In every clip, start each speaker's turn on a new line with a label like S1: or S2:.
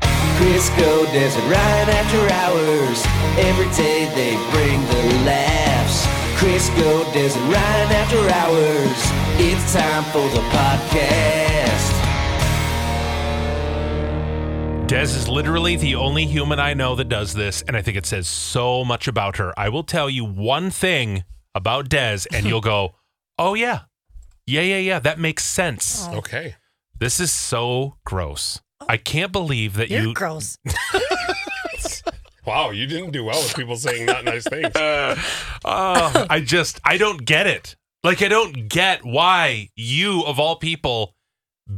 S1: Crisco Desert Ryan after hours. Every day they bring the laughs. Crisco Desert Ryan after hours. It's time for the podcast.
S2: Des is literally the only human I know that does this, and I think it says so much about her. I will tell you one thing about Des, and you'll go, oh, yeah. Yeah, yeah, yeah. That makes
S3: Oh.
S2: sense.
S3: Okay.
S2: This is so gross.
S3: Oh.
S2: I can't believe that
S4: You're
S2: you.
S4: gross.
S3: Wow, you didn't do well with people saying not nice things.
S2: Oh, I just, I don't get it. Like, I don't get why you, of all people,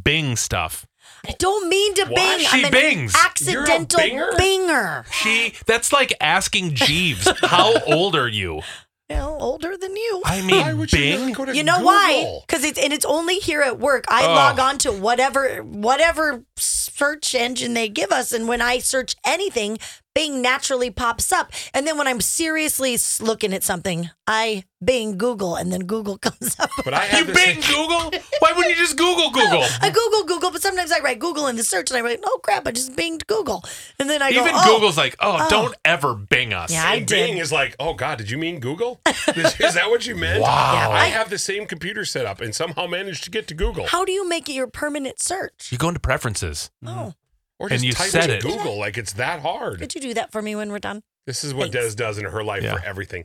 S2: Bing stuff.
S4: I don't mean to
S2: What?
S4: bing.
S2: She
S4: I'm
S2: bings.
S4: an accidental
S3: You're a binger?
S4: binger.
S2: She, that's like asking Jeeves, how old are you?
S4: You know, older than you.
S2: I mean,
S3: Why would you
S2: Bing?
S3: not go to
S4: you know
S3: Google?
S4: why? Because it's and it's only here at work. I
S2: Oh.
S4: log on to whatever whatever search engine they give us, and when I search anything, Bing naturally pops up. And then when I'm seriously s- looking at something, I Bing Google, and then Google comes up.
S3: But I
S2: You
S3: have this
S2: Bing Google? Why wouldn't you just Google Google?
S4: I Google Google, but sometimes I write Google in the search, and I write, oh crap, I just binged Google, and then I
S2: Even
S4: go, oh,
S2: Google's like, oh,
S4: Oh.
S2: don't ever Bing us.
S4: Yeah, I
S3: and
S4: did.
S3: Bing is like, oh God, did you mean Google? Is, is that what you meant?
S2: Wow.
S3: I have the same computer set up and somehow managed to get to Google.
S4: How do you make it your permanent search?
S2: You go into preferences.
S4: Oh,
S3: or
S2: and
S3: just
S2: you
S3: type
S2: said
S3: in
S2: it.
S3: Google. Like it's that hard.
S4: could you do that for me when we're done?
S3: This is what
S4: Thanks.
S3: Des does in her life
S2: Yeah.
S3: for everything.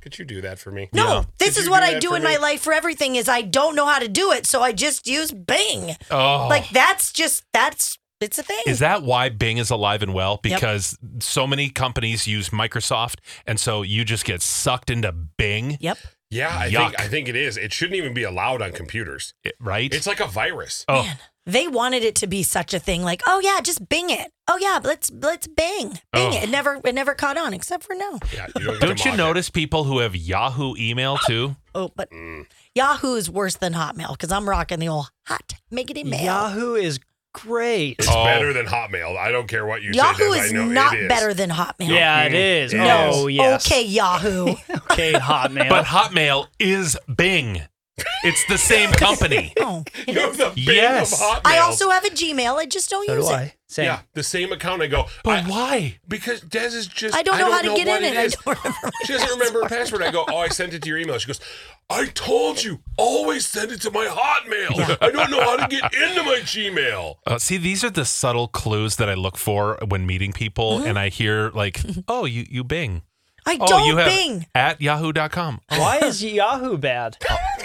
S3: Could you do that for me?
S4: No,
S2: Yeah.
S4: this
S3: Could
S4: is
S3: you
S4: what
S3: do
S4: I
S3: that
S4: do
S3: for
S4: in
S3: me?
S4: my life for everything is I don't know how to do it, so I just use Bing.
S2: Oh.
S4: Like that's just that's it's a thing.
S2: is that why Bing is alive and well?
S4: Yep.
S2: Because so many companies use Microsoft, and so you just get sucked into Bing,
S4: yep.
S3: Yeah, I
S2: Yuck.
S3: think I think it is. It shouldn't even be allowed on computers.
S2: it- right?
S3: It's like a virus.
S2: oh,
S4: They wanted it to be such a thing like, "Oh yeah, just Bing it." "Oh yeah, let's let's Bing." Bing
S2: Oh.
S4: it. It never it never caught on except for now.
S3: Yeah, you don't, get
S2: don't
S3: them
S2: you
S3: on
S2: notice people who have Yahoo email too?
S4: Oh, but Yahoo is worse than Hotmail cuz I'm rocking the old hot make it email.
S5: Yahoo is great.
S3: It's
S2: Oh.
S3: better than Hotmail. I don't care what you say.
S4: Yahoo
S3: Des,
S4: is
S3: I know it
S4: not
S3: is.
S4: better than Hotmail.
S5: yeah, it is.
S3: No.
S5: Oh, yes.
S4: Okay, Yahoo.
S5: Okay, Hotmail.
S2: But Hotmail is Bing. It's the same company.
S4: oh.
S3: You're the Bing
S2: Yes.
S3: of Hotmail.
S4: I also have a Gmail. I just don't
S5: so
S4: use
S5: do
S4: it.
S5: I. Same.
S3: yeah the same account. I go,
S2: But
S3: I-
S2: why?
S3: because Des is just.
S4: I don't know how to get
S3: what
S4: in it. I
S3: is.
S4: don't remember.
S3: She doesn't remember her password. I go, oh, I sent it to your email. She goes, I told you, always send it to my Hotmail. I don't know how to get into my Gmail.
S2: Uh, see, these are the subtle clues that I look for when meeting people,
S4: Mm-hmm.
S2: and I hear like, "Oh, you you Bing."
S4: I
S2: Oh,
S4: don't
S2: you have
S4: Bing.
S2: at yahoo.com.
S5: Why is Yahoo bad?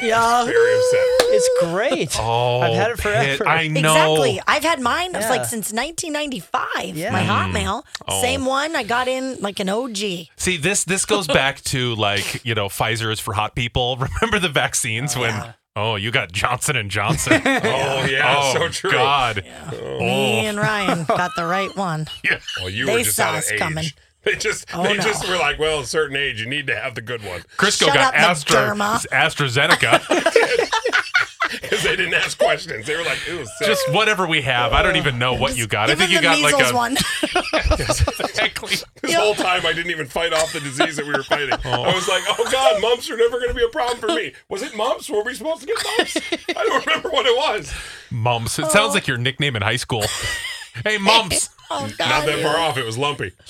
S4: Yahoo.
S3: Very upset.
S5: It's great.
S2: Oh,
S5: I've had it
S2: Pitt,
S5: forever.
S2: I know.
S4: Exactly. I've had mine. It's
S5: Yeah.
S4: like since 1995.
S5: Yeah.
S4: My
S5: Mm.
S4: Hotmail,
S2: Oh.
S4: same one. I got in like an OG.
S2: See, this this goes back to like you know, Pfizer is for hot people. Remember the vaccines when? Oh, you got Johnson and Johnson.
S3: Oh, yeah,
S2: oh,
S3: so true.
S2: God. Oh.
S4: Me and Ryan got the right one.
S2: Yeah.
S3: Well, Oh, you
S4: They
S3: were just
S4: saw
S3: out of
S4: us
S3: age.
S4: coming.
S3: They just,
S4: Oh,
S3: they
S4: no.
S3: just were like, well, a certain age, you need to have the good one
S2: Crisco
S4: Shut
S2: got
S4: up,
S2: Astra,
S4: McDermott.
S2: AstraZeneca.
S3: because they didn't ask questions. They were like, ew, sick.
S2: Just whatever we have. I don't even know what you got. I
S4: Give
S2: think you
S4: him the
S2: got like
S4: measles
S2: a.
S4: one.
S2: Exactly.
S3: This whole time, I didn't even fight off the disease that we were fighting. I was like, "Oh God, mumps are never going to be a problem for me." Was it mumps? Were we supposed to get mumps? I don't remember what it was.
S2: Mumps. It sounds like your nickname in high school. hey, Mumps.
S4: Oh,
S3: Not
S4: God.
S3: that far off. It was lumpy.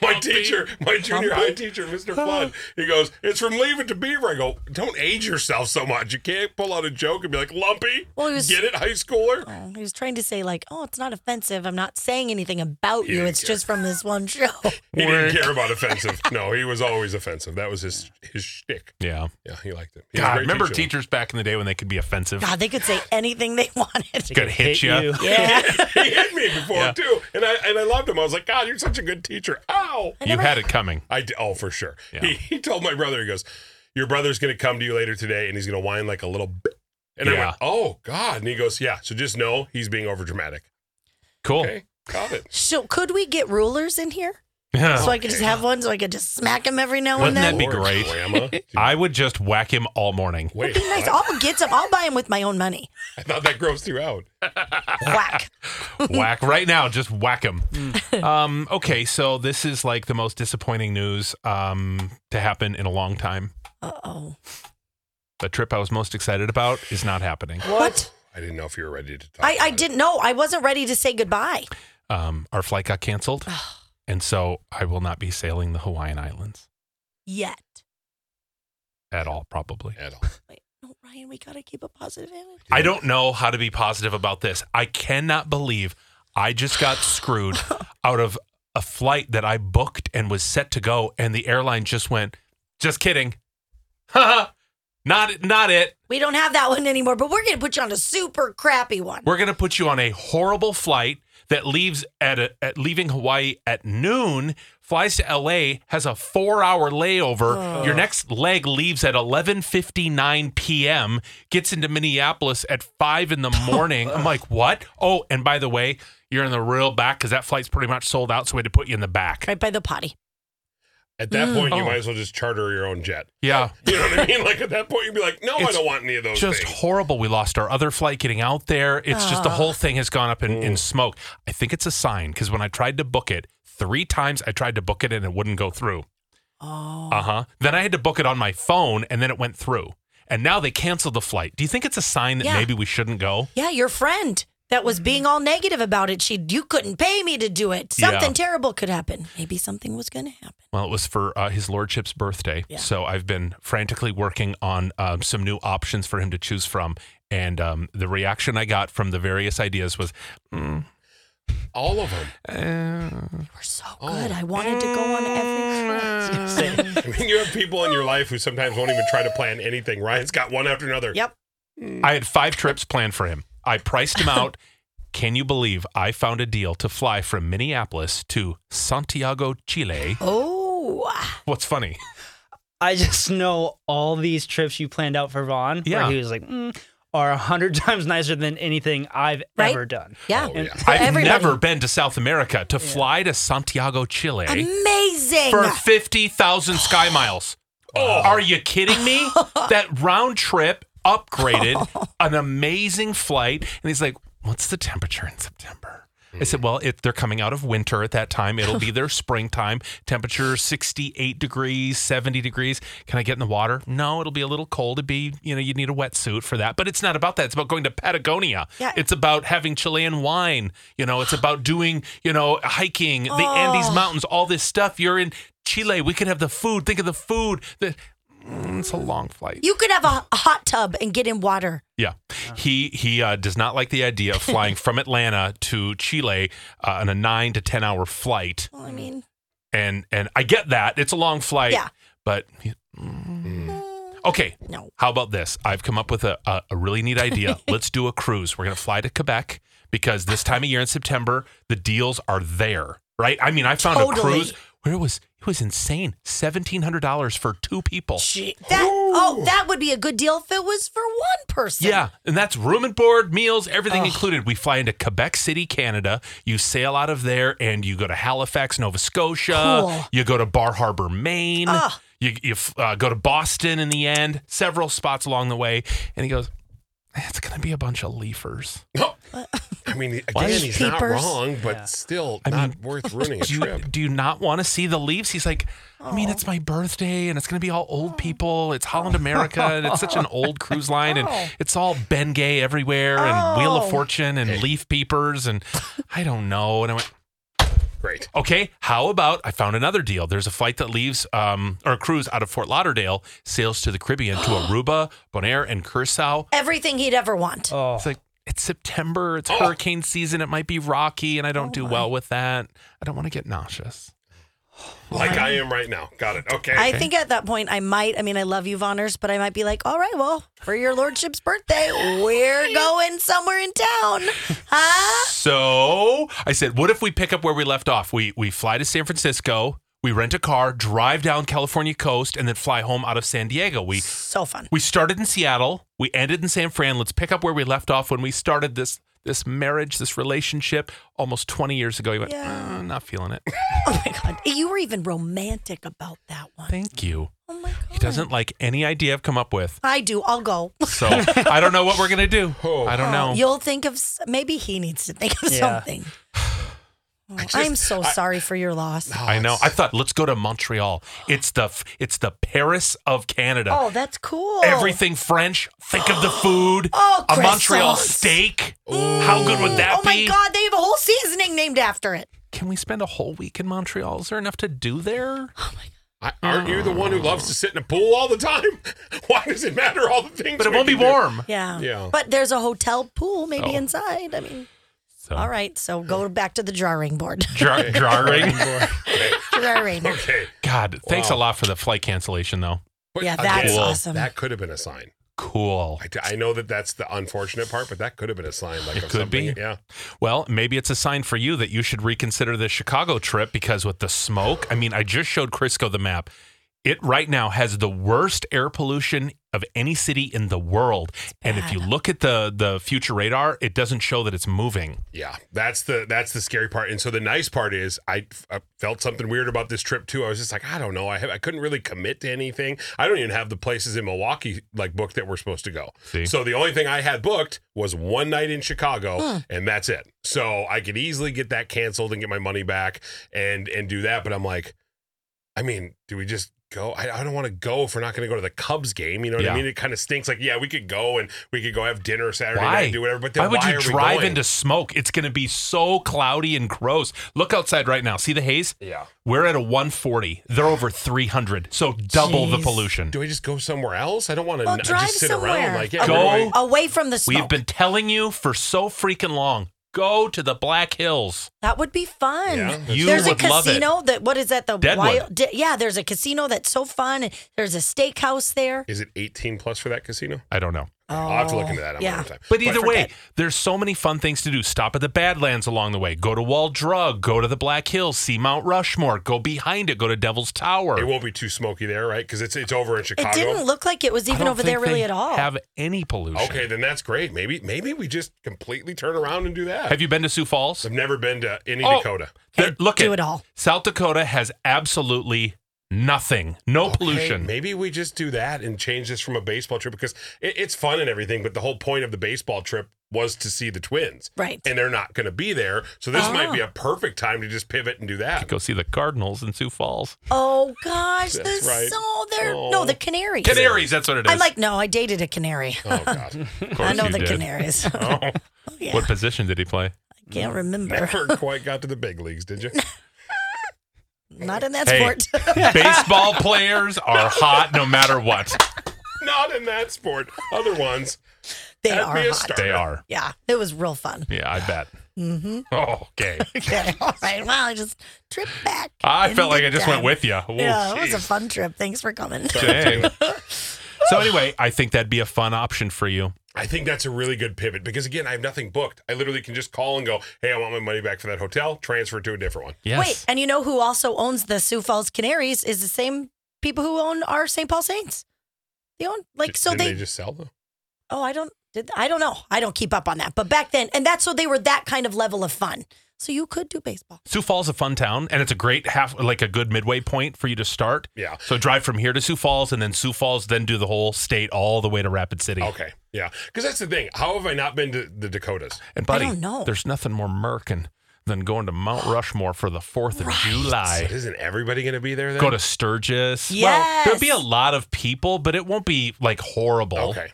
S3: My teacher, my junior high teacher, Mr. Flood, he goes, "It's from leaving to Beaver." I go, "Don't age yourself so much. You can't pull out a joke and be like lumpy.
S4: Well, he was-
S3: get it, high schooler."
S4: He was trying to say, like, oh, it's not offensive. I'm not saying anything about you.
S3: didn't
S4: It's
S3: care.
S4: just from this one show.
S3: He didn't care about offensive. No, he was always offensive. That was his his shtick.
S2: Yeah.
S3: Yeah, he liked it. He was a
S2: God,
S3: great
S2: remember
S3: teacher.
S2: teachers back in the day when they could be offensive?
S4: God, they could say anything they wanted.
S2: Could hit,
S5: Hate
S2: you.
S5: you.
S4: Yeah.
S3: he hit me before
S2: Yeah.
S3: too, and I and I loved him. I was like, God, you're such a good teacher. Ow!
S2: You had it coming.
S3: I d- oh for sure.
S2: Yeah.
S3: He, he told my brother, he goes, "Your brother's gonna come to you later today, and he's gonna whine like a little." B-. And I
S2: Yeah.
S3: went, "Oh God!" And he goes, "Yeah." So just know he's being overdramatic.
S2: Cool.
S3: Okay, got it.
S4: So could we get rulers in here?
S2: Yeah.
S4: So I could just have one so I could just smack him every now
S2: Wouldn't
S4: and
S2: that
S4: then.
S2: be
S3: Lord,
S2: great?
S3: Grandma.
S2: I would just whack him all morning.
S3: Wait,
S4: Be nice. I'll get some. I'll buy him with my own money.
S3: I thought that grossed you out.
S4: Whack.
S2: whack right now. Just whack him. um, okay, so this is like the most disappointing news um, to happen in a long time.
S4: Uh oh.
S2: The trip I was most excited about is not happening.
S4: What?
S3: I didn't know if you were ready to talk.
S4: I, I
S3: about it.
S4: didn't know. I wasn't ready to say goodbye.
S2: Um, our flight got canceled, and so I will not be sailing the Hawaiian Islands
S4: Yet.
S2: at all, probably.
S3: at all.
S4: Wait, no, Ryan, we gotta keep a positive energy.
S2: I don't know how to be positive about this. I cannot believe I just got screwed out of a flight that I booked and was set to go, and the airline just went, just kidding. not not it.
S4: We don't have that one anymore, but we're gonna put you on a super crappy one.
S2: We're going to put you on a horrible flight that leaves at, a, at leaving Hawaii at noon, flies to LA, has a 4-hour layover. Your next leg leaves at 11:59 p.m., gets into Minneapolis at 5 in the morning. I'm like, "What? Oh, and by the way, you're in the real back cuz that flight's pretty much sold out, so we had to put you in the back."
S4: right by the potty.
S3: At that point, you
S2: Oh.
S3: might as well just charter your own jet.
S2: Yeah.
S3: You know what I mean? Like at that point, you'd be like, no, I
S2: It's
S3: don't want any of those
S2: Just
S3: things.
S2: horrible. We lost our other flight getting out there. It's just the whole thing has gone up in,
S4: Mm.
S2: in smoke. I think it's a sign because when I tried to book it three times, I tried to book it and it wouldn't go through.
S4: Oh.
S2: Uh huh. Then I had to book it on my phone and then it went through. And now they canceled the flight. Do you think it's a sign that
S4: Yeah.
S2: maybe we shouldn't go?
S4: Yeah, your friend that was being all negative about it. She you couldn't pay me to do it.
S2: Yeah.
S4: Something terrible could happen. Maybe something was gonna happen.
S2: Well, it was for uh, his lordship's birthday.
S4: Yeah.
S2: So I've been frantically working on um, some new options for him to choose from. And um, the reaction I got from the various ideas was, mm,
S3: All of them.
S4: You were so
S2: Oh,
S4: good. I wanted to go on every cruise.
S3: I mean, you have people in your life who sometimes won't even try to plan anything. Ryan's got one after another.
S4: Yep.
S2: I had five trips planned for him. I priced him out. Can you believe I found a deal to fly from Minneapolis to Santiago, Chile?
S4: Oh.
S2: What's funny?
S5: I just know all these trips you planned out for Vaughn,
S2: Yeah.
S5: where he was like, mm, are a hundred times nicer than anything I've
S4: Right?
S5: ever done.
S4: Yeah.
S3: Oh, yeah.
S4: For
S2: I've
S4: everybody.
S2: never been to South America to fly to Santiago, Chile
S4: Amazing.
S2: for 50,000 sky miles. Are you kidding me? that round trip upgraded, an amazing flight. And he's like, What's the temperature in September? I said, Well, if they're coming out of winter at that time, it'll be their springtime. Temperature 68 degrees, 70 degrees. Can I get in the water? No, it'll be a little cold. It'd be, you know, you'd need a wetsuit for that. But it's not about that. It's about going to Patagonia.
S4: Yeah.
S2: It's about having Chilean wine. You know, it's about doing, you know, hiking, the Andes
S4: Oh.
S2: Mountains, all this stuff. You're in Chile. We could have the food. Think of the food. The, Mm, it's a long flight.
S4: You could have a, a hot tub and get in water.
S2: Yeah, he he uh, does not like the idea of flying from Atlanta to Chile uh, on a nine to ten hour flight,
S4: Well, I mean,
S2: and and I get that it's a long flight.
S4: Yeah. Mm.
S2: but he- mm. okay.
S4: no.
S2: How about this? I've come up with a, a, a really neat idea. Let's do a cruise. We're going to fly to Quebec because this time of year in September, the deals are there, right? I mean, I found a
S4: Totally.
S2: cruise where it was it was insane. $1700 for two people.
S4: Gee, That, oh, that would be a good deal if it was for one person.
S2: Yeah, and that's room and board, meals, everything included. We fly into Quebec City, Canada. You sail out of there and you go to Halifax, Nova Scotia.
S4: Cool.
S2: You go to Bar Harbor, Maine.
S4: Ugh.
S2: You, you f- uh, go to Boston in the end, several spots along the way. And he goes, It's going to be a bunch of leafers.
S3: I mean, again,
S2: What?
S3: he's not
S4: Peepers.
S3: wrong, but still
S2: I
S3: not
S2: mean,
S3: worth ruining a
S2: Do you,
S3: trip.
S2: do you not want to see the leaves? He's like, I mean, it's my birthday and it's going to be all old people. It's Holland America and it's such an old cruise line and it's all Ben Gay everywhere and Wheel
S4: Oh.
S2: of Fortune and Leaf Peepers and I don't know. And I went,
S3: Great.
S2: okay, how about I found another deal? There's a flight that leaves um, or a cruise out of Fort Lauderdale, sails to the Caribbean to Aruba, Bonaire, and Curacao.
S4: Everything he'd ever want.
S5: Oh,
S2: It's like, it's September, it's
S3: Oh.
S2: hurricane season, it might be rocky, and I don't do well with that. I don't want to get nauseous.
S3: Like I am right now. Got it. Okay.
S4: I think at that point I might. I mean, I love you, Vonners, but I might be like, all right, well, for your lordship's birthday, we're going somewhere in town, huh?
S2: So I said, what if we pick up where we left off? We we fly to San Francisco, we rent a car, drive down California coast, and then fly home out of San Diego. We
S4: So fun.
S2: we started in Seattle, we ended in San Fran. Let's pick up where we left off when we started this this marriage, this relationship, almost 20 years ago. You went,
S4: Yeah.
S2: "Uh, not feeling it.
S4: Oh my God. You were even romantic about that one.
S2: Thank you.
S4: oh my God.
S2: He doesn't like any idea I've come up with.
S4: I do. I'll go.
S2: So I don't know what we're going to do. I don't know.
S4: You'll think of, s- maybe he needs to think of
S5: Yeah.
S4: something. Oh, I'm so
S3: I-
S4: sorry for your loss.
S2: I know. I thought let's go to Montreal. It's the f- it's the Paris of Canada.
S4: Oh, that's cool.
S2: Everything French. Think of the food.
S4: Oh,
S2: a Montreal
S4: croissants.
S2: steak. How good would that
S4: Oh my
S2: be?
S4: God. They have a whole seasoning named after it.
S2: Can we spend a whole week in Montreal? Is there enough to do there?
S3: I, aren't you the one who loves to sit in a pool all the time? Why does it matter all the things?
S2: But it
S3: we
S2: won't be
S3: can do?
S2: warm.
S4: Yeah.
S3: Yeah.
S4: But there's a hotel pool maybe
S2: Oh.
S4: inside. I mean,
S3: Oh.
S2: So,
S4: all right. So go back to the drawing board.
S2: Jar- jarring.
S4: drawing.
S3: Okay.
S2: God, thanks
S3: Wow.
S2: a lot for the flight cancellation, though.
S3: But
S4: Yeah, that's
S2: Cool.
S4: awesome.
S3: That could have been a sign.
S2: Cool.
S3: I, I know that that's the unfortunate part, but that could have been a sign. Like
S2: It
S3: of
S2: could be.
S3: something- Yeah.
S2: Well, maybe it's a sign for you that you should reconsider the Chicago trip because with the smoke, I mean, I just showed Crisco the map. It right now has the worst air pollution of any city in the world. And if you look at the the future radar, it doesn't show that it's moving.
S3: Yeah, that's the that's the scary part. And so the nice part is, I, I felt something weird about this trip too. I was just like, I don't know, I have, I couldn't really commit to anything. I don't even have the places in Milwaukee like booked that we're supposed to go.
S2: See?
S3: So the only thing I had booked was one night in Chicago, and that's it. So I could easily get that canceled and get my money back and and do that. But I'm like, I mean, do we just? Go. I, I don't want to go if we're not going to go to the Cubs game. You know what
S2: Yeah.
S3: I mean? It kind of stinks. Like, yeah, we could go and we could go have dinner Saturday
S2: Why?
S3: night, do whatever. But then
S2: why would you
S3: are we
S2: drive
S3: going?
S2: into smoke? It's going to be so cloudy and gross. Look outside right now. See the haze?
S3: Yeah.
S2: We're at a 140. They're over 300. So double the
S5: Jeez.
S2: pollution.
S3: do I just go somewhere else? I don't want to
S4: Well, drive
S3: just sit
S4: somewhere.
S3: around like yeah,
S2: Go-
S3: where do I-
S4: Away from the smoke.
S2: We've been telling you for so freaking long. Go to the Black Hills.
S4: that would be fun.
S3: Yeah, that's
S2: You
S4: there's a
S2: would love it.
S4: casino that what is that the
S2: Deadwood.
S4: Di- yeah, there's a casino that's so fun. and There's a steakhouse there.
S3: Is it 18 plus for that casino?
S2: I don't know.
S3: I'll Oh, have to look into that. I'm
S4: yeah.
S3: out of time.
S2: But either
S4: I
S2: way,
S4: forget.
S2: there's so many fun things to do. Stop at the Badlands along the way. Go to Wall Drug. Go to the Black Hills. See Mount Rushmore. Go behind it. Go to Devil's Tower.
S3: It won't be too smoky there, right? Because it's it's over in
S4: It
S3: Chicago.
S4: didn't look like it was
S2: I
S4: even
S2: don't
S4: over there
S2: think
S4: really
S2: they
S4: at all.
S2: Have any pollution?
S3: okay, then that's great. Maybe maybe we just completely turn around and do that.
S2: Have you been to Sioux Falls?
S3: I've never been to any
S2: Oh.
S3: Dakota.
S2: There- look
S4: do
S2: at
S4: it all.
S2: South Dakota has absolutely nothing. No pollution.
S3: Okay, maybe we just do that and change this from a baseball trip because it, it's fun and everything. But the whole point of the baseball trip was to see the twins,
S4: Right. Oh.
S3: And they're not going to be there, so this might be a perfect time to just pivot and do that.
S2: Go see the Cardinals in Sioux Falls.
S4: Oh gosh,
S3: That's
S4: there's
S3: right.
S4: so there no the canaries.
S2: Canaries, that's what it is.
S4: I'm like, no, I dated a canary.
S3: Oh God,
S2: Of course
S4: I know
S2: you
S4: the
S2: did.
S4: canaries. I
S2: Oh.
S4: yeah.
S2: What position did he play?
S4: can't remember.
S3: never quite got to the big leagues, did you?
S4: Not in that
S2: Hey.
S4: sport.
S2: Baseball players are hot no matter what.
S3: Not in that sport. Other ones.
S4: they
S3: That'd
S4: are
S3: be a
S4: hot.
S3: start.
S2: They are.
S4: Yeah, it was real fun.
S2: Yeah, I bet. Mm-hmm. Oh, okay.
S4: Okay, all right. Well, I just trip back.
S2: I
S4: in
S2: felt
S4: the
S2: like I just went
S4: time.
S2: with you.
S4: Yeah, it was a fun trip. Thanks for coming.
S2: Dang. so anyway, I think that'd be a fun option for you.
S3: I think that's a really good pivot because again, I have nothing booked. I literally can just call and go, "Hey, I want my money back for that hotel. Transfer it to a different one."
S4: Wait, and you know who also owns the Sioux Falls Canaries is the same people who own our St. Paul Saints. They own like
S3: Did-
S4: so
S3: didn't
S4: they,
S3: they, just sell them.
S4: oh I don't did I don't know I don't keep up on that but back then and that's so they were that kind of level of fun so you could do baseball
S2: Sioux Falls is a fun town, and it's a great half, like a good midway point for you to start.
S3: Yeah.
S2: So drive from here to Sioux Falls, and then Sioux Falls, then do the whole state all the way to Rapid City.
S3: Okay. Yeah. Because that's the thing. How have I not been to the Dakotas?
S2: And buddy,
S4: don't know.
S2: there's nothing more merkin than going to Mount Rushmore for the Fourth of July.
S3: But isn't everybody going to be there? Then?
S2: Go to Sturgis. Well,
S4: Yes.
S2: there'll be a lot of people, but it won't be like horrible.
S3: Okay.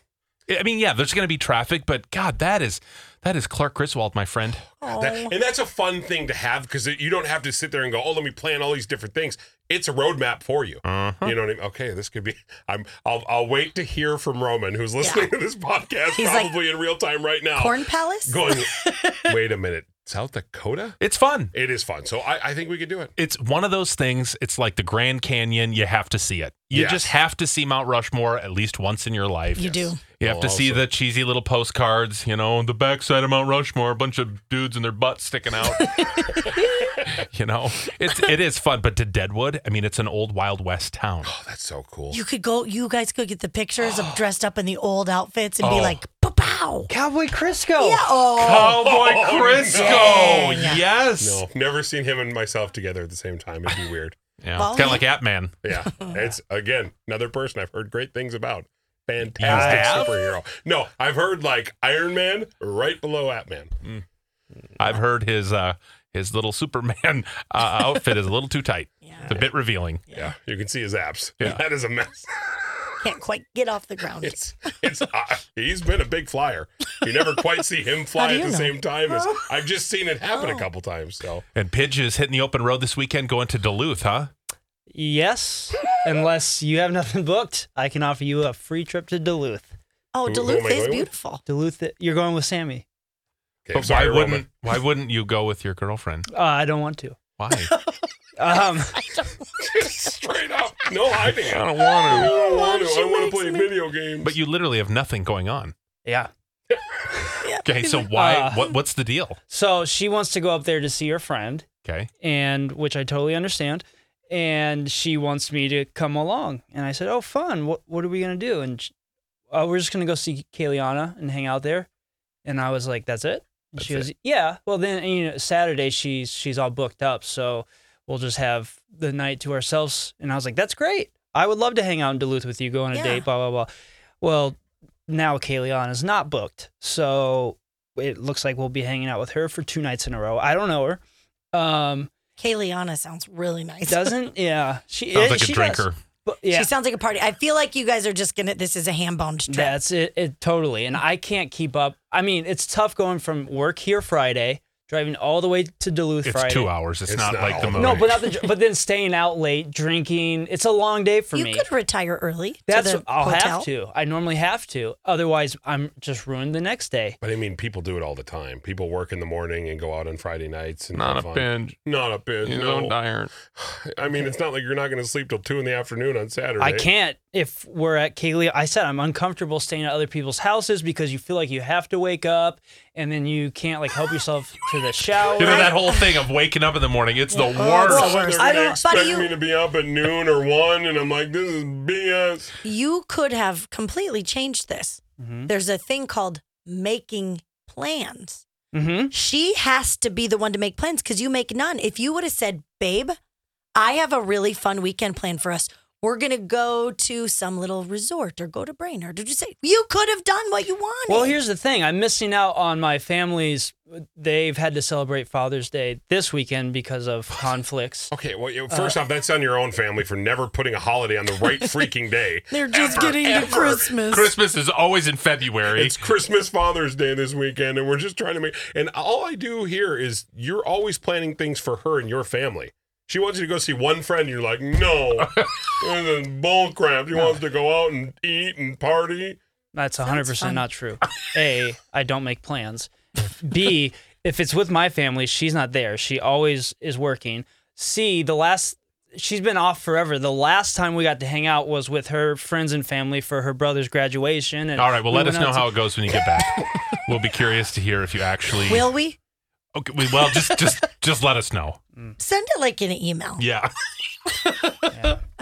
S2: I mean, yeah, there's going to be traffic, but God, that is that is Clark Griswold, my friend.
S4: oh
S3: That- and that's a fun thing to have because you don't have to sit there and go, "Oh, let me plan all these different things." It's a roadmap for you.
S2: Uh-huh.
S3: You know what I mean? Okay, this could be. I'm. I'll. I'll wait to hear from Roman, who's listening to this podcast
S4: He's like,
S3: probably in real time right now.
S4: Corn Palace
S3: Going. wait a minute, South Dakota.
S2: It's fun.
S3: It is fun. So I, I think we could do it.
S2: It's one of those things. It's like the Grand Canyon. You have to see it. You
S3: Yes.
S2: just have to see Mount Rushmore at least once in your life.
S4: you do
S2: You have to
S3: Well,
S2: see
S3: also-
S2: the cheesy little postcards, you know, the backside of Mount Rushmore, a bunch of dudes and their butts sticking out. you know, it's it is fun, but to Deadwood, I mean, it's an old Wild West town.
S3: Oh, that's so cool.
S4: you could go you guys could get the pictures of dressed up in the old outfits and
S2: Oh.
S4: be like "Bah, bah." Wow.
S5: Cowboy Crisco.
S4: Yeah. Oh.
S2: Cowboy
S3: Oh,
S2: Crisco.
S4: dang.
S2: Yes.
S3: No, never seen him and myself together at the same time. It'd be weird.
S2: Yeah.
S4: Well,
S2: it's kind
S4: he-
S2: of like Ant Man.
S3: Yeah, it's again another person I've heard great things about. Fantastic
S2: You have?
S3: superhero. No, I've heard like Iron Man right below Ant Man.
S2: I've heard his uh, his little Superman uh, outfit is a little too tight. It's a bit revealing.
S3: Yeah. you can see his abs.
S2: Yeah.
S3: That is a mess.
S4: Can't quite get off the ground.
S3: It's it's uh, he's been a big flyer. You never quite see him fly
S4: do
S3: at
S4: you
S3: the
S4: know?
S3: same time as I've just seen it happen a
S2: Oh.
S3: couple times. So
S2: And Pidge is hitting the open road this weekend going to Duluth, huh?
S5: Yes. Unless you have nothing booked, I can offer you a free trip to Duluth.
S3: who-
S4: oh,
S3: who am
S4: Duluth
S3: I
S4: is
S3: going with?
S4: beautiful.
S5: Duluth, you're going with Sammy.
S3: okay,
S2: But why
S3: sorry, Roman.
S2: wouldn't why wouldn't you go with your girlfriend?
S5: Uh, I don't want to.
S2: Why?
S5: Um,
S3: straight up no hiding it.
S2: I don't want
S3: I
S2: to.
S3: don't want to.
S4: She
S3: I want to
S4: makes
S3: play
S4: me-
S3: video games.
S2: But you literally have nothing going on.
S5: yeah.
S2: Okay, so why?
S5: Uh.
S2: what what's the deal?
S5: So she wants to go up there to see her friend,
S2: Okay,
S5: and which I totally understand. And she wants me to come along, and I said, "Oh, fun! What what are we gonna do?" And she, oh, we're just gonna go see Kaliana and hang out there. And I was like, "That's it." And she
S2: That's
S5: goes, "Yeah." Well, then you know, Saturday she's she's all booked up, so we'll just have the night to ourselves. And I was like, "That's great. I would love to hang out in Duluth with you, go on a
S4: Yeah.
S5: date, blah blah blah." Well, now Kaliana's not booked, so it looks like we'll be hanging out with her for two nights in a row. I don't know her. Um,
S4: Kayliana sounds really nice.
S5: doesn't yeah. She
S2: sounds
S5: it-
S2: like a
S5: she
S2: drinker.
S5: Does, but yeah,
S4: She sounds like a party. I feel like you guys are just gonna. This is a hand bound trip.
S5: that's it, it. Totally, and I can't keep up. I mean, it's tough going from work here Friday, driving all the way to Duluth
S2: It's
S5: Friday.
S2: two hours. It's,
S3: It's
S2: not,
S3: not
S2: like the
S3: all
S2: movie.
S3: the
S5: No,
S3: Right.
S5: but not the, but then staying out late, drinking. It's a long day for
S4: you
S5: me.
S4: could retire early. to
S5: That's
S4: the
S5: I'll
S4: hotel.
S5: have to. I normally have to. Otherwise, I'm just ruined the next day.
S3: But I mean, people do it all the time. People work in the morning and go out on Friday nights and
S2: not
S3: have
S2: a
S3: fun.
S2: binge.
S3: Not a binge.
S2: You
S3: no.
S2: don't iron.
S3: I mean, it's not like you're not going to sleep till two in the afternoon on Saturday.
S5: I can't if we're at Kaylee. I said I'm uncomfortable staying at other people's houses because you feel like you have to wake up and then you can't like help yourself to the shower.
S2: You know that whole thing of waking up in the morning. It's the worst.
S3: Well, they're going
S4: I
S3: to
S4: don't- buddy,
S3: expect
S4: you-
S3: me to be up at noon or one, and I'm like, this is BS.
S4: You could have completely changed this.
S5: Mm-hmm.
S4: There's a thing called making plans.
S5: hmm
S4: She has to be the one to make plans because you make none. If you would have said, babe, I have a really fun weekend plan for us. We're going to go to some little resort or go to Brainerd. Did you say you could have done what you wanted?
S5: Well, here's the thing. I'm missing out on my family's. They've had to celebrate Father's Day this weekend because of conflicts.
S3: Okay, well,
S4: Uh,
S3: you- first off, that's on your own family for never putting a holiday on the right freaking day.
S4: They're just
S3: Ever,
S4: getting to
S3: ever.
S4: Christmas.
S2: Christmas is always in February.
S3: It's Christmas Father's Day this weekend, and we're just trying to make. And all I do here is you're always planning things for her and your family. She wants you to go see one friend, and you're like, no, this is bull crap. She wants to go out and eat and party.
S5: That's 100%
S4: fun.
S5: not true. A, I don't make plans. B, if it's with my family, she's not there. She always is working. C, the last she's been off forever. The last time we got to hang out was with her friends and family for her brother's graduation and
S2: All right. Well,
S5: we
S2: let us
S5: went out
S2: know
S5: to-
S2: how it goes when you get back. we'll be curious to hear if you actually.
S4: Will we?
S2: okay. we- Well, just just just let us know.
S4: Send it like in an email.
S2: Yeah.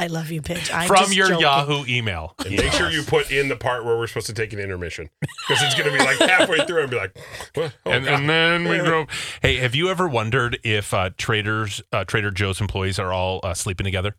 S4: I love you, Pitch. I'm
S2: From
S4: just
S2: your
S4: joking.
S2: Yahoo email.
S3: And make sure you put in the part where we're supposed to take an intermission because it's going to be like halfway through and be like, what? Oh,
S2: and, um,
S3: God.
S2: and then we drove. Hey, have you ever wondered if uh, traders, uh, Trader Joe's employees are all uh, sleeping together?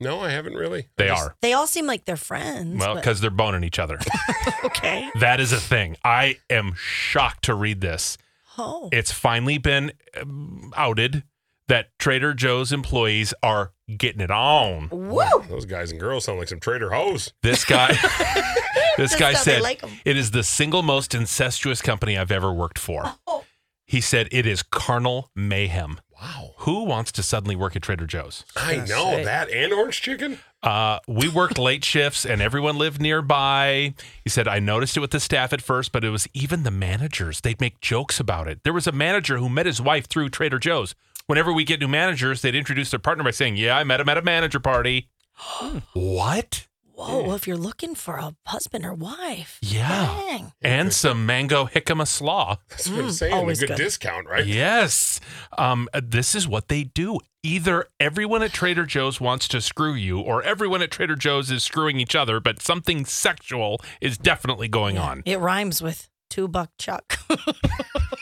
S3: no, I haven't really.
S2: They
S3: I just-
S2: are.
S4: They all seem like they're friends.
S2: Well,
S4: but-
S2: because they're boning each other.
S4: okay.
S2: that is a thing. I am shocked to read this.
S4: Oh,
S2: It's finally been um, outed that Trader Joe's employees are getting it on.
S4: whoa!
S3: Those guys and girls sound like some trader hoes.
S2: This guy, this
S4: That's
S2: guy
S4: how they
S2: said,
S4: like 'em.
S2: it is the single most incestuous company I've ever worked for. He said, it is carnal mayhem.
S3: Wow.
S2: Who wants to suddenly work at Trader Joe's?
S3: I know
S5: gonna say.
S3: that. And orange chicken?
S2: Uh, we worked late shifts and everyone lived nearby. He said, I noticed it with the staff at first, but it was even the managers. They'd make jokes about it. There was a manager who met his wife through Trader Joe's. Whenever we get new managers, they'd introduce their partner by saying, Yeah, I met him at a manager party. what?
S4: Whoa, well, if you're looking for a husband or wife,
S2: Yeah.
S4: dang.
S2: And some mango jicama slaw.
S3: That's what I'm
S4: Mm,
S3: saying. A
S4: always
S3: good,
S4: good.
S3: discount, right?
S2: Yes. Um, this is what they do. Either everyone at Trader Joe's wants to screw you, or everyone at Trader Joe's is screwing each other, but something sexual is definitely going on.
S4: It rhymes with two buck chuck.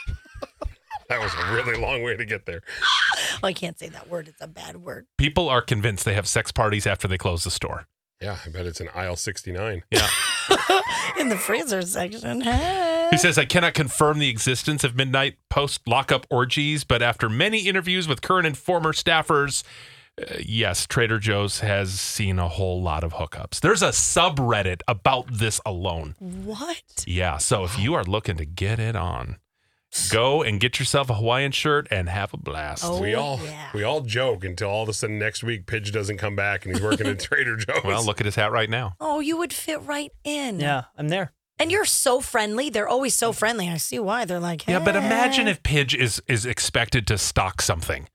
S3: That was a really long way to get there.
S4: I can't say that word. It's a bad word.
S2: People are convinced they have sex parties after they close the store.
S3: Yeah, I bet it's an aisle 69.
S4: In the freezer section. Hey.
S2: He says, I cannot confirm the existence of midnight post lockup orgies, but after many interviews with current and former staffers, uh, yes, Trader Joe's has seen a whole lot of hookups. There's a subreddit about this alone.
S4: What?
S2: Yeah. So if you are looking to get it on, go and get yourself a Hawaiian shirt and have a blast.
S4: Oh,
S3: we all
S4: yeah.
S3: we all joke until all of a sudden next week Pidge doesn't come back and he's working at Trader Joe's.
S2: Well, look at his hat right now.
S4: Oh, you would fit right in.
S5: Yeah, I'm there.
S4: And you're so friendly. They're always so friendly. I see why. They're like,
S2: Yeah, but imagine
S4: "Hey."
S2: if Pidge is is expected to stock something.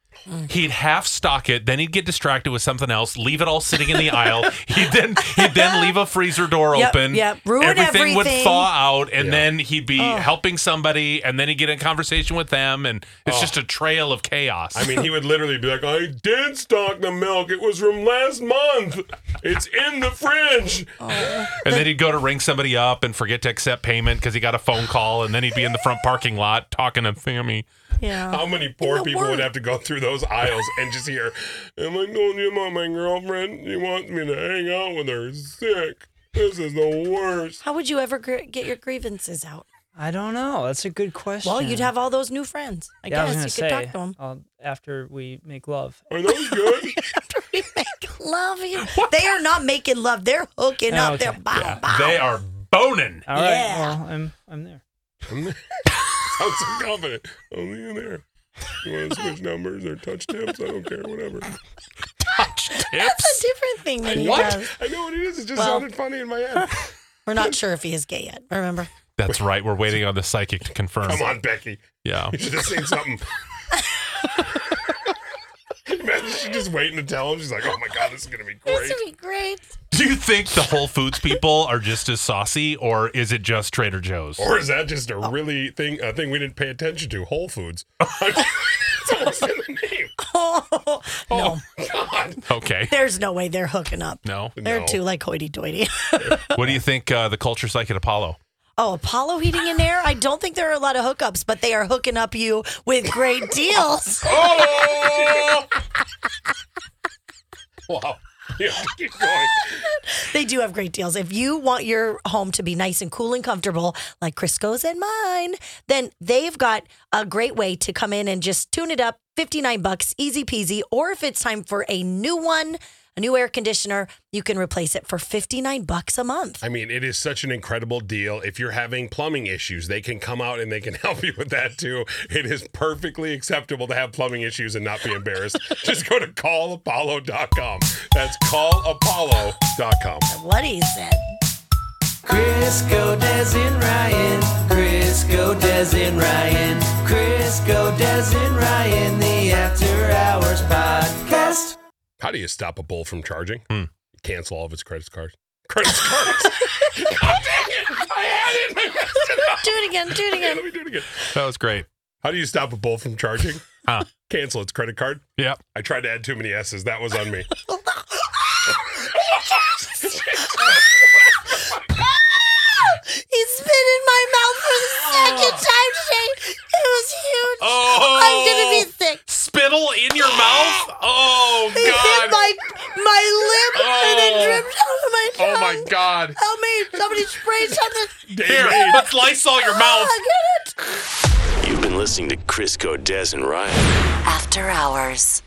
S2: He'd half stock it, then he'd get distracted with something else, leave it all sitting in the aisle. He'd then he'd then leave a freezer door
S4: Yep,
S2: open.
S4: yep. Ruin
S2: would
S4: everything.
S2: thaw out, and
S3: Yeah.
S2: then he'd be
S4: Oh.
S2: helping somebody, and then he'd get in conversation with them, and it's just a trail of chaos.
S3: I mean, he would literally be like, I did stock the milk. It was from last month. It's in the fridge.
S2: And then he'd go to ring somebody up and forget to accept payment because he got a phone call, and then he'd be in the front parking lot talking to family.
S4: Yeah.
S3: How many poor
S4: the
S3: people would
S4: world.
S3: have to go through those aisles and just hear, Am I telling you about my girlfriend? She wants me to hang out with her. Sick. This is the worst.
S4: How would you ever gr- get your grievances out?
S5: I don't know. That's a good question.
S4: Well, you'd have all those new friends. I
S5: yeah,
S4: guess
S5: I
S4: you
S5: was
S4: could
S5: gonna
S4: talk to them.
S5: say, um, after we make love.
S3: Are those good?
S4: After we make love, you- they are not making love. They're hooking
S5: Oh,
S4: up.
S5: okay.
S4: They're bow, bow.
S2: They are boning.
S5: All right.
S4: Yeah.
S5: Well, I'm I'm there.
S3: I'm so confident. I'll leave you there. You want to switch numbers or touch tips? I don't care. Whatever.
S4: That's a different thing that he does.
S3: I know what it is. It just
S4: Well-
S3: sounded funny in my head.
S4: We're not sure if he is gay yet. Remember?
S2: That's right. We're waiting on the psychic to confirm.
S3: Come on, Becky.
S2: Yeah.
S3: You should have seen something. Imagine she's just waiting to tell him. She's like, oh my God, this is going to be
S4: This
S3: great.
S4: would be great.
S2: Do you think the Whole Foods people are just as saucy, or is it just Trader Joe's?
S3: Or is that just a really thing a thing we didn't pay attention to? Whole Foods. it's almost in the name.
S4: Oh, no.
S3: God.
S2: Okay.
S4: There's no way they're hooking up.
S2: No.
S4: They're
S3: No.
S4: too like hoity toity.
S2: What do you think uh, the culture psych at Apollo?
S4: Oh, Apollo Heating and Air? I don't think there are a lot of hookups, but they are hooking up you with great deals.
S3: Oh! wow. You have to keep going.
S4: They do have great deals. If you want your home to be nice and cool and comfortable, like Crisco's and mine, then they've got a great way to come in and just tune it up. 59 bucks, easy peasy. Or if it's time for a new one, a new air conditioner, you can replace it for 59 bucks a month.
S3: I mean, it is such an incredible deal. If you're having plumbing issues, they can come out and they can help you with that too. It is perfectly acceptable to have plumbing issues and not be embarrassed. Just go to callapollo.com. That's callapollo.com.
S4: What he said.
S1: Crisco Des and Ryan. Crisco Des and Ryan. Crisco Des and Ryan. The After Hours Podcast.
S3: How do you stop a bull from charging? Cancel all of its credit cards. Credit cards. God dang it. I had it. I messed it up.
S4: Do it again, do it
S3: Okay,
S4: again.
S3: let me do it again.
S2: That was great.
S3: How do you stop a bull from charging?
S2: Huh.
S3: Cancel its credit card.
S2: Yeah.
S3: I tried to add too many S's. That was on me.
S4: He spit in my mouth for the second
S2: Oh.
S4: time today. It was huge. I'm gonna be
S2: Oh,
S4: sick.
S2: Spittle in your mouth? Oh,
S4: It hit
S2: God.
S4: my my lip and it
S2: Oh.
S4: dripped out of my
S2: Oh,
S4: tongue.
S2: my God.
S4: Help me! Somebody spray something.
S2: Here, let's Lysol your mouth.
S4: Oh, I get it.
S6: You've been listening to Chris Godez and Ryan.
S7: After Hours.